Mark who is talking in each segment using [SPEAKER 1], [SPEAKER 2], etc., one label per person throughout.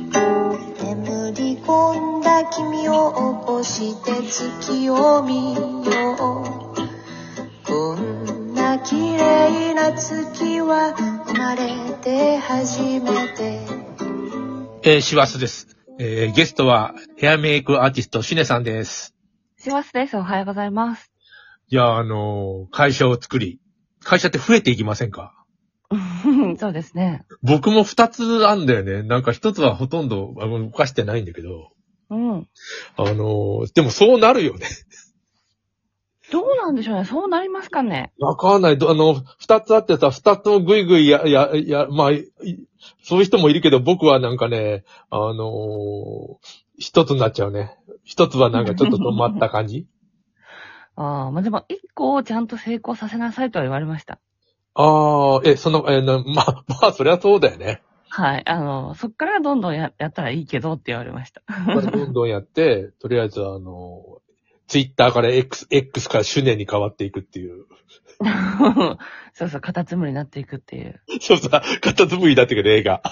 [SPEAKER 1] 眠り込んだ君を起こして月を見ようこんな綺麗な月は生まれて初めて
[SPEAKER 2] えー、師走です。えー、ゲストはヘアメイクアーティスト、シネさんです。
[SPEAKER 3] しますです。おはようござい ます。
[SPEAKER 2] いや、あのー会社を作り、会社って増えていきませんか
[SPEAKER 3] そうですね。
[SPEAKER 2] 僕も二つあんだよね。なんか一つはほとんどあの動かしてないんだけど、
[SPEAKER 3] うん。
[SPEAKER 2] あのーでもそうなるよね。
[SPEAKER 3] どうなんでしょうね。そうなりますかね。
[SPEAKER 2] わかんない。どあの、二つあってさ、二つをぐいぐいや、や、や、まあ、いそういう人もいるけど、僕はなんかね、あのー一つになっちゃうね。一つはなんかちょっと止まった感じ。
[SPEAKER 3] ああ、まあ、でも、一個をちゃんと成功させなさいとは言われました。
[SPEAKER 2] ああ、え、その、え、な まあ、まあ、そりゃそうだよね。
[SPEAKER 3] はい。あの、そっからどんどんややったらいいけどって言われました。
[SPEAKER 2] まあどんどんやって、 とりあえずあの、ツイッターから X、X からシュネに変わっていくっていう。
[SPEAKER 3] そうそう、カタツムリになっていくっていう。
[SPEAKER 2] そうさ、片つむりだったけど映画。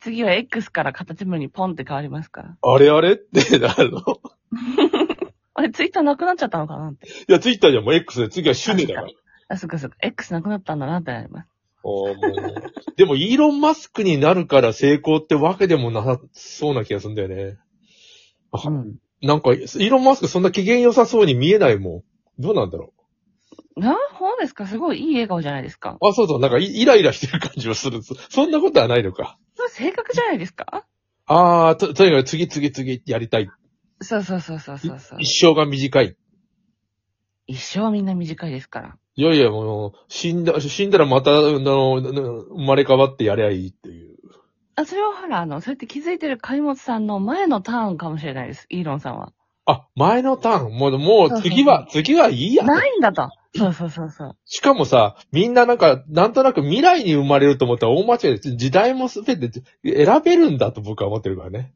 [SPEAKER 3] 次は X からカタツムリにポンって変わりますから。
[SPEAKER 2] あれあれって、 あの、い
[SPEAKER 3] あれ、ツイッターなくなっちゃったのかなって。
[SPEAKER 2] や、ツイッターじゃもう X で次はシュネだから。
[SPEAKER 3] あ、そっかそっか。X なくなったんだなってなります。
[SPEAKER 2] おーもうでも、イーロン・マスクになるから成功ってわけでもなさそうな気がするんだよね。あ
[SPEAKER 3] うん。
[SPEAKER 2] なんか、イーロン・マスクそんな機嫌良さそうに見えないもん。どうなんだろ
[SPEAKER 3] な、ほうですかすごいいい笑顔じゃないですか。
[SPEAKER 2] う。あ、そうそう、なんかイイライラしてる感じはする。そそんなことはないのか。
[SPEAKER 3] それ性格じゃないですか
[SPEAKER 2] ああ、と、とにかく次次次やりたい。
[SPEAKER 3] そうそうそうそうそうそう。
[SPEAKER 2] 一生が短い。
[SPEAKER 3] 一生みんな短いですから。
[SPEAKER 2] いやいや、もう、死んだ、死んだらまた、あの、生まれ変わってやりゃいいっていう。
[SPEAKER 3] あ、それはほら、あの、そうやって気づいてる貝本さんの前のターンかもしれないです。イーロンさんは。
[SPEAKER 2] あ、前のターン、もう、も
[SPEAKER 3] そう
[SPEAKER 2] う
[SPEAKER 3] そう
[SPEAKER 2] 次は、次はいいや。
[SPEAKER 3] ないんだと。そうそうそうそう。
[SPEAKER 2] しかもさ、みんななんか、なんとなく未来に生まれると思ったら大間違いです。時代もすべて選べるんだと僕は思ってるからね。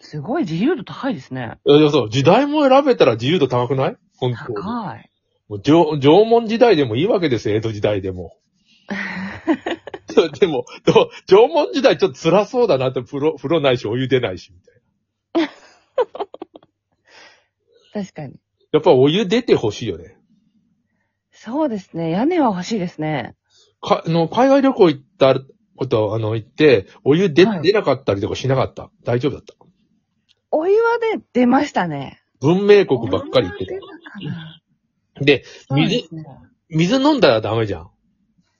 [SPEAKER 3] すごい自由度高いですね。
[SPEAKER 2] いやいやそう、時代も選べたら自由度高くない本当に。
[SPEAKER 3] 高い。
[SPEAKER 2] もう縄縄文時代でもいいわけですよ、江戸時代で も。ででも、でも縄文時代ちょっと辛そうだなって、風呂、風呂ないし、お湯出ないし、みたいな。
[SPEAKER 3] 確かに。
[SPEAKER 2] やっぱお湯出てほしいよね。
[SPEAKER 3] そうですね。屋根は欲しいですね。
[SPEAKER 2] か、あの、海外旅行行ったこと、あの、行って、お湯出、
[SPEAKER 3] はい
[SPEAKER 2] 出なかったりとかしなかった。大丈夫だった。
[SPEAKER 3] お湯はね、出ましたね。
[SPEAKER 2] 文明国ばっかり行ってた。で、
[SPEAKER 3] そうですね。
[SPEAKER 2] 水飲んだらダメじゃん。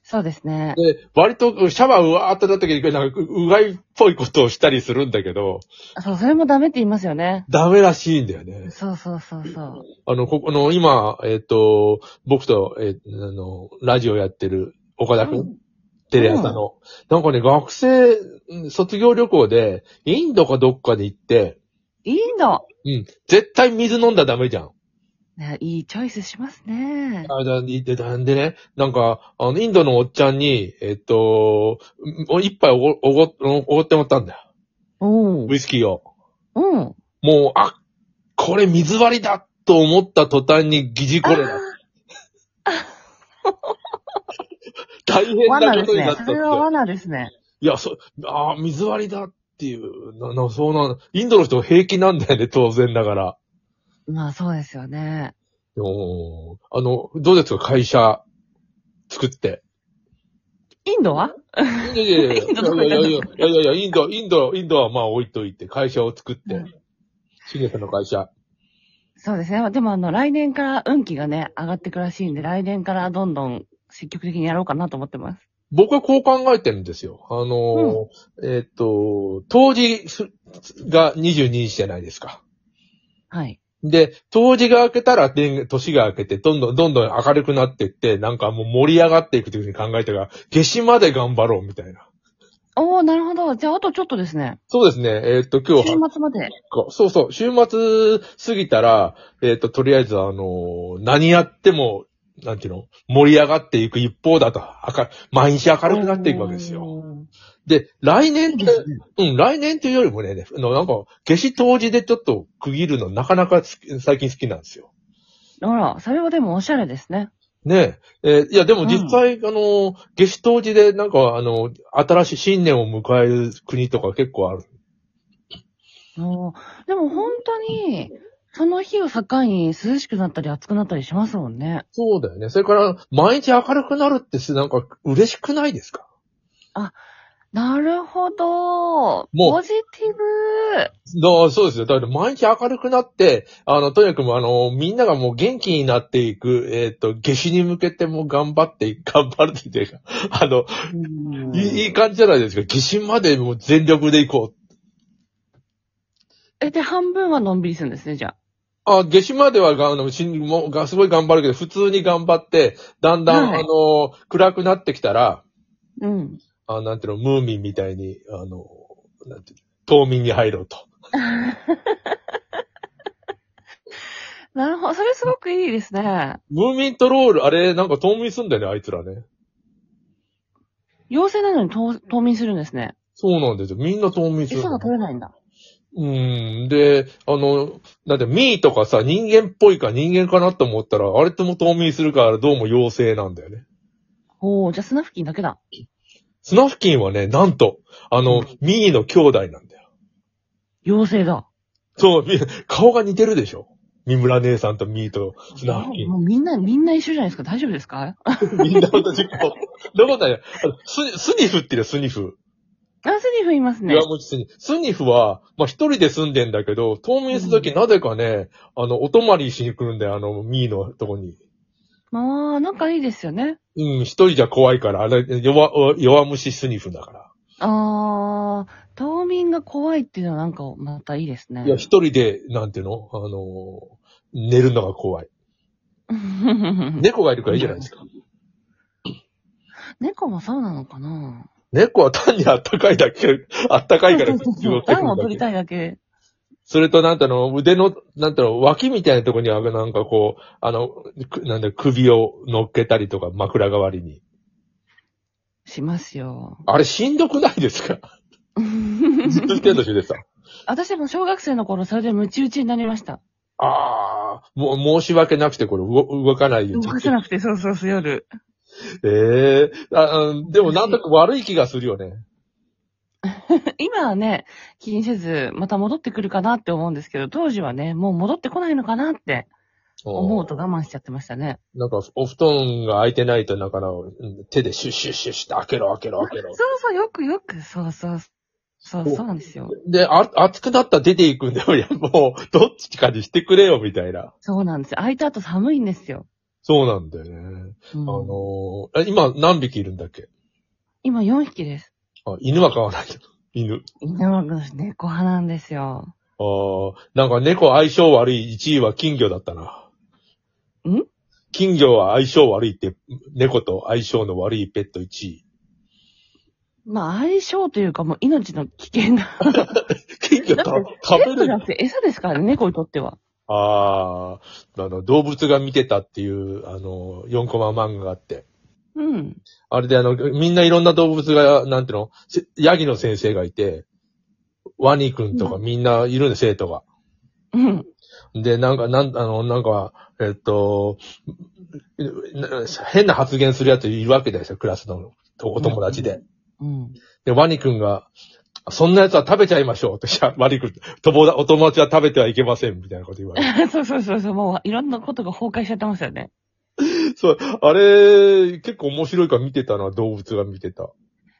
[SPEAKER 3] そうですね。
[SPEAKER 2] で、割とシャワーうわーってなった時に、なんかううがいっぽいことをしたりするんだけど、
[SPEAKER 3] そう、それもダメって言いますよね。
[SPEAKER 2] ダメらしいんだよね。
[SPEAKER 3] そうそうそうそう。
[SPEAKER 2] あの、ここの、今、えっ、と、僕と、えーあの、ラジオやってる岡田くん、
[SPEAKER 3] うん
[SPEAKER 2] テレ朝の、なんかね、学生うん卒業旅行で、インドかどっかで行って、
[SPEAKER 3] インド。
[SPEAKER 2] うん、絶対水飲んだらダメじゃん。
[SPEAKER 3] ね、いいチョイスしますね。
[SPEAKER 2] あだででなんでね、なんか、あの、インドのおっちゃんに、えっ、と、うん一杯おご、おご、おごってもらったんだよ。
[SPEAKER 3] おう
[SPEAKER 2] ウイスキーを。
[SPEAKER 3] うん。
[SPEAKER 2] もう、あ、これ水割りだと思った途端に疑似これ だ。大変な
[SPEAKER 3] 罠
[SPEAKER 2] こと
[SPEAKER 3] です
[SPEAKER 2] にな
[SPEAKER 3] ね
[SPEAKER 2] っ。たっ
[SPEAKER 3] そ
[SPEAKER 2] て。
[SPEAKER 3] れは罠ですね。
[SPEAKER 2] いや、そ、ああ、水割りだっていう、な、な、そうなんインドの人平気なんだよね、当然ながら。
[SPEAKER 3] まあそうですよね。
[SPEAKER 2] でもあの、どうですか、会社、作って。
[SPEAKER 3] インドはい
[SPEAKER 2] やいやいやいや
[SPEAKER 3] インドどこ行
[SPEAKER 2] い
[SPEAKER 3] った
[SPEAKER 2] や
[SPEAKER 3] ん
[SPEAKER 2] い
[SPEAKER 3] で
[SPEAKER 2] やい
[SPEAKER 3] すか
[SPEAKER 2] やいやいや、インド、インド、インドはまあ置いといて、会社を作って。シゲさんの会社。
[SPEAKER 3] そうですね。でもあの、来年から運気がね、上がってくらしいんで、来年からどんどん積極的にやろうかなと思ってます。
[SPEAKER 2] 僕はこう考えてるんですよ。あのー、えーっと、当時すが22日じゃないですか。
[SPEAKER 3] はい。
[SPEAKER 2] で、当時が明けたら、年年が明けて、どんどんどんどん明るくなっていって、なんかもう盛り上がっていくというふうに考えたが、夏至まで頑張ろうみたいな。
[SPEAKER 3] おー、なるほど。じゃあ、あとちょっとですね。
[SPEAKER 2] そうですね。えーっと、今
[SPEAKER 3] 週
[SPEAKER 2] 日は
[SPEAKER 3] 末まで。
[SPEAKER 2] そうそう。週末過ぎたら、えーっと、とりあえず、あのー何やっても、なんていうの盛り上がっていく一方だと、明る毎日明るくなっていくわけですよ。
[SPEAKER 3] おー。
[SPEAKER 2] で、来年っ
[SPEAKER 3] いい
[SPEAKER 2] て
[SPEAKER 3] ですね。
[SPEAKER 2] うん、来年というよりもね、あのなんか、夏至冬至でちょっと区切るのなかなか好き最近好きなんですよ。
[SPEAKER 3] あら、それはでもおしゃれですね。
[SPEAKER 2] ねえ。えーいや、でも実際、あの、夏至冬至で、なんか、あの、新しい新年を迎える国とか結構ある。
[SPEAKER 3] おーでも本当に、その日を境に涼しくなったり暑くなったりしますもんね。
[SPEAKER 2] そうだよね。それから、毎日明るくなるってし、なんか、嬉しくないですか
[SPEAKER 3] なるほど。
[SPEAKER 2] もう
[SPEAKER 3] ポジティブ。
[SPEAKER 2] だそうですよ。だから、毎日明るくなって、あの、とにかくもう、あの、みんながもう元気になっていく、えっ、と、夏至に向けてもう頑張って、頑張るって言ってるかあの、
[SPEAKER 3] うん
[SPEAKER 2] いいいい感じじゃないですか。夏至までもう全力で行こう。
[SPEAKER 3] え、で、半分はのんびりするんですね、じゃあ。
[SPEAKER 2] あ、夏至まではが、あの、しんもうが、すごい頑張るけど、普通に頑張って、だんだん、
[SPEAKER 3] はい
[SPEAKER 2] あの、暗くなってきたら、
[SPEAKER 3] うん。
[SPEAKER 2] あなんていうの、ムーミンみたいに、あの、なんていうの、冬眠に入ろうと。
[SPEAKER 3] なるほど。それすごくいいですね。
[SPEAKER 2] ムーミントロール、あれ、なんか冬眠すんだよね、あいつらね。
[SPEAKER 3] 妖精なのに冬冬眠するんですね。
[SPEAKER 2] そうなんですよ。みんな冬眠する
[SPEAKER 3] 餌
[SPEAKER 2] の
[SPEAKER 3] が。取れないんだ。
[SPEAKER 2] うん。で、あの、なんて、ミーとかさ、人間っぽいか人間かなと思ったら、あれとも冬眠するから、どうも妖精なんだよね。
[SPEAKER 3] おー、じゃあ砂付近だけだ。
[SPEAKER 2] スナフキンはね、なんと、あの、ミーの兄弟なんだよ。
[SPEAKER 3] 妖精だ。
[SPEAKER 2] そう、み顔が似てるでしょ三村姉さんとミーとスナフキン。
[SPEAKER 3] もうみんな、みんな一緒じゃないですか。大丈夫ですかあ、
[SPEAKER 2] みんな同じ顔。どこだよ。あのススニフって言うよ、スニフ。
[SPEAKER 3] スニフいますね
[SPEAKER 2] 岩。持スニフ。スニフは、まあ、一人で住んでんだけど、冬眠するときなぜかね、あの、お泊まりしに来るんだよ、あの、ミーのとこに。
[SPEAKER 3] まあ、なんかいいですよね。
[SPEAKER 2] うん、一人じゃ怖いから、あれ、弱、弱虫スニフだか
[SPEAKER 3] あー、冬眠が怖いっていうのはなんかまたいいです
[SPEAKER 2] ら。
[SPEAKER 3] ね
[SPEAKER 2] いや、。一人で、なんていうのあの、寝るのが怖い。猫がいるからいいじゃないですか。
[SPEAKER 3] 猫もそうなのかな
[SPEAKER 2] 猫は単にあったかいだけ、 あったかいから
[SPEAKER 3] そうそう
[SPEAKER 2] 拾
[SPEAKER 3] そう
[SPEAKER 2] ってく
[SPEAKER 3] 暖
[SPEAKER 2] る
[SPEAKER 3] を
[SPEAKER 2] んだ
[SPEAKER 3] 取
[SPEAKER 2] け
[SPEAKER 3] りたいだけ。
[SPEAKER 2] それと、なんての、腕の、なんての、脇みたいなとこには、なんかこう、あの、くなんだ、首を乗っけたりとか、枕代わりに。
[SPEAKER 3] しますよ。
[SPEAKER 2] あれ、しんどくないですかずっとしてるでさ。
[SPEAKER 3] 私も小学生の頃、それでムチ打ちになりました。
[SPEAKER 2] ああ、もう、申し訳なくて、これ、動動かないよ。
[SPEAKER 3] 動かせなくて、そうそうそう、夜。
[SPEAKER 2] ええああでも、なんとか悪い気がするよね。
[SPEAKER 3] 今はね、気にせず、また戻ってくるかなって思うんですけど、当時はね、もう戻ってこないのかなって思うと我慢しちゃってましたね。
[SPEAKER 2] なんか、お布団が開いてないと、なんかな、うん手でシュッシュッシュッシュって開けろ、開けろ、開け
[SPEAKER 3] そ
[SPEAKER 2] ろ
[SPEAKER 3] う。そう、よくよく、そうそう、そう、そうなんですよ。
[SPEAKER 2] で、あ、暑くなったら出ていくんだよ。い や、もう、どっちかにしてくれよ、みたいな。
[SPEAKER 3] そうなんですよ。開いた後寒いんですよ。
[SPEAKER 2] そうなんだよね。
[SPEAKER 3] うん
[SPEAKER 2] あのーえ今何匹いるんだっけ
[SPEAKER 3] 今4匹です。
[SPEAKER 2] あ、犬は飼わないけど。 犬。
[SPEAKER 3] 犬は猫派なんですよ。
[SPEAKER 2] あーなんか猫相性悪い1位は金魚だったな。
[SPEAKER 3] ん
[SPEAKER 2] 金魚は相性悪いって、猫と相性の悪いペット1位。
[SPEAKER 3] まあ、相性というか、もう命の危険が。
[SPEAKER 2] 金魚た
[SPEAKER 3] だっペ
[SPEAKER 2] 食
[SPEAKER 3] ッ
[SPEAKER 2] べ
[SPEAKER 3] トじゃ
[SPEAKER 2] る
[SPEAKER 3] なくて餌ですからね、猫にとっては。
[SPEAKER 2] ああ、あの、動物が見てたっていう、あの、4コマ漫画があって。
[SPEAKER 3] うん。
[SPEAKER 2] あれであの、みんないろんな動物が、なんていうの、せヤギの先生がいて、ワニ君とかみんないるんで、生徒が。
[SPEAKER 3] うん。
[SPEAKER 2] で、なんか、なん、あの、なんか、えっと、な変な発言するやついるわけですよ、クラスのお友達で。
[SPEAKER 3] うん。
[SPEAKER 2] で、ワニ君が、そんなやつは食べちゃいましょうと、しゃ ワニ君、友達お友達は食べてはいけません、みたいなこと言わ れて。
[SPEAKER 3] そうそうそうそう、もういろんなことが崩壊しちゃってますよね。
[SPEAKER 2] そう、あれ、結構面白いから見てたな、動物が見てた。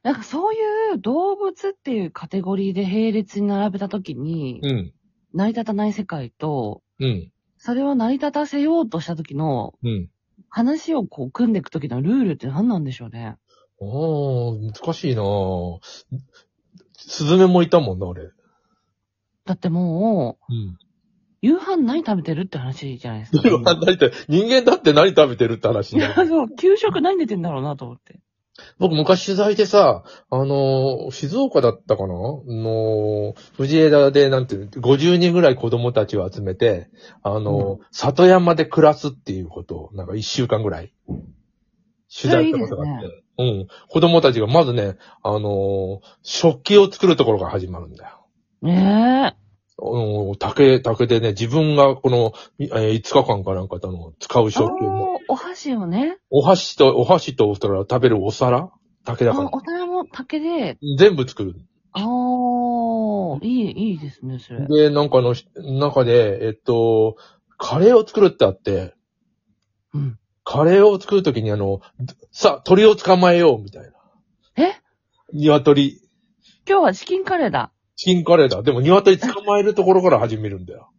[SPEAKER 3] なんかそういう動物っていうカテゴリーで並列に並べたときに、
[SPEAKER 2] うん、
[SPEAKER 3] 成り立たない世界と、
[SPEAKER 2] うん、
[SPEAKER 3] それを成り立たせようとした時の
[SPEAKER 2] うん。
[SPEAKER 3] 話をこう組んでいく時のルールって何なんでしょう
[SPEAKER 2] あ
[SPEAKER 3] ね。
[SPEAKER 2] あ、難しいなぁスズメもいたもんな、俺。う
[SPEAKER 3] だっても う、
[SPEAKER 2] ん。
[SPEAKER 3] 夕飯何食べてるって話じゃないですか。
[SPEAKER 2] でもだって人間だって何食べてるって話
[SPEAKER 3] い
[SPEAKER 2] になる
[SPEAKER 3] や、そう、給食何出てんだろうなと思って。
[SPEAKER 2] 僕昔取材でさ、あのー静岡だったかなの、藤枝でなんていうの、50人ぐらい子供たちを集めて、あのー里山で暮らすっていうことを、なんか1週間ぐらい、取材したことがあって。
[SPEAKER 3] そ
[SPEAKER 2] うん。子供たちがまずね、あのー食器を作るところから始まるんだよ。
[SPEAKER 3] ねえ。
[SPEAKER 2] うん、竹、竹でね、自分がこの、えー5日間かなんかあの、使う食器も、
[SPEAKER 3] おーお箸をね、
[SPEAKER 2] お箸と、お箸と、それから食べるお皿竹だ
[SPEAKER 3] あ
[SPEAKER 2] から。
[SPEAKER 3] お皿も竹で、
[SPEAKER 2] 全部作る。
[SPEAKER 3] あー、いい、いいですね、それ。
[SPEAKER 2] で、なんかあの、し中で、えっと、カレーを作るってあって、
[SPEAKER 3] うん。
[SPEAKER 2] カレーを作るときにあの、さ、鳥を捕まえよう、みたいな。
[SPEAKER 3] え
[SPEAKER 2] 鶏。
[SPEAKER 3] 今日はチキンカレーだ。
[SPEAKER 2] チキンカレーだ。でも鶏捕まえるところから始めるんだよ。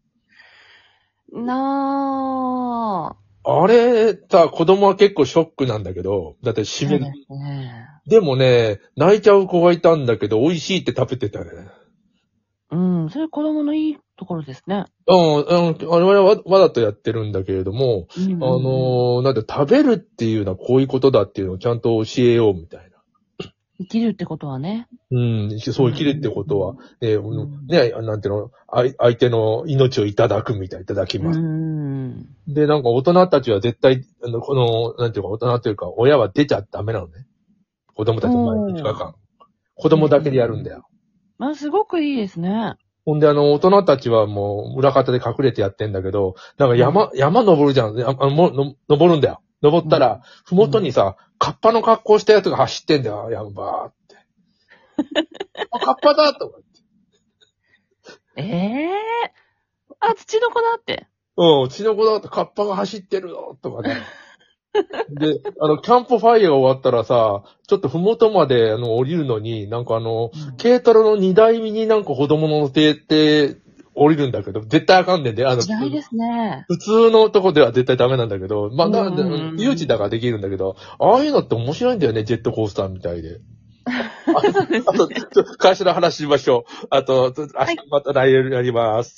[SPEAKER 3] なー。
[SPEAKER 2] あれ、さ、子供は結構ショックなんだけど、だって締める。
[SPEAKER 3] そうですね。
[SPEAKER 2] でもね、泣いちゃう子がいたんだけど、美味しいって食べてたね。
[SPEAKER 3] うん、それ子供のいいところですね。
[SPEAKER 2] うん、うん、我々はわわざとやってるんだけれども、
[SPEAKER 3] うん
[SPEAKER 2] あのーなんて食べるっていうのはこういうことだっていうのをちゃんと教えようみたいな。
[SPEAKER 3] 生きるってことはね。
[SPEAKER 2] うん、そう生きるってことは、えー
[SPEAKER 3] うん
[SPEAKER 2] ね、なんていうの、あい相手の命をいただくみたい、いただき
[SPEAKER 3] う
[SPEAKER 2] ます。
[SPEAKER 3] ん。
[SPEAKER 2] で、なんか大人たちは絶対、あの、この、なんていうか、大人というか、親は出ちゃダメなのね。子供たちの前に5日間。子供だけでやるんだよ。
[SPEAKER 3] まあ、すごくいいですね。
[SPEAKER 2] ほんで、あの、大人たちはもう、裏方で隠れてやってんだけど、なんか山、山登るじゃん。ああのもの登るんだよ。登ったら、ふもとにさ、カッパの格好したやつが走ってんだよ。やばーって。あ、カッパだと思って。
[SPEAKER 3] ええあ、土の子だって。
[SPEAKER 2] うん、うちの子だとカッパが走ってるよとかね。で、あの、キャンプファイヤー終わったらさ、ちょっとふもとまで、あの、降りるのに、なんかあの、軽トラの荷台になんか子供乗せて、降りるんだけど、絶対あかんねんで、あの、
[SPEAKER 3] 時代ですね。
[SPEAKER 2] 普通のとこでは絶対ダメなんだけど、まあ、な
[SPEAKER 3] うんん
[SPEAKER 2] で、誘致だからできるんだけど、ああいうのって面白いんだよね、ジェットコースターみたい で。あと、あとちょっと会社の話しましょう。あと、明日また来夜やります。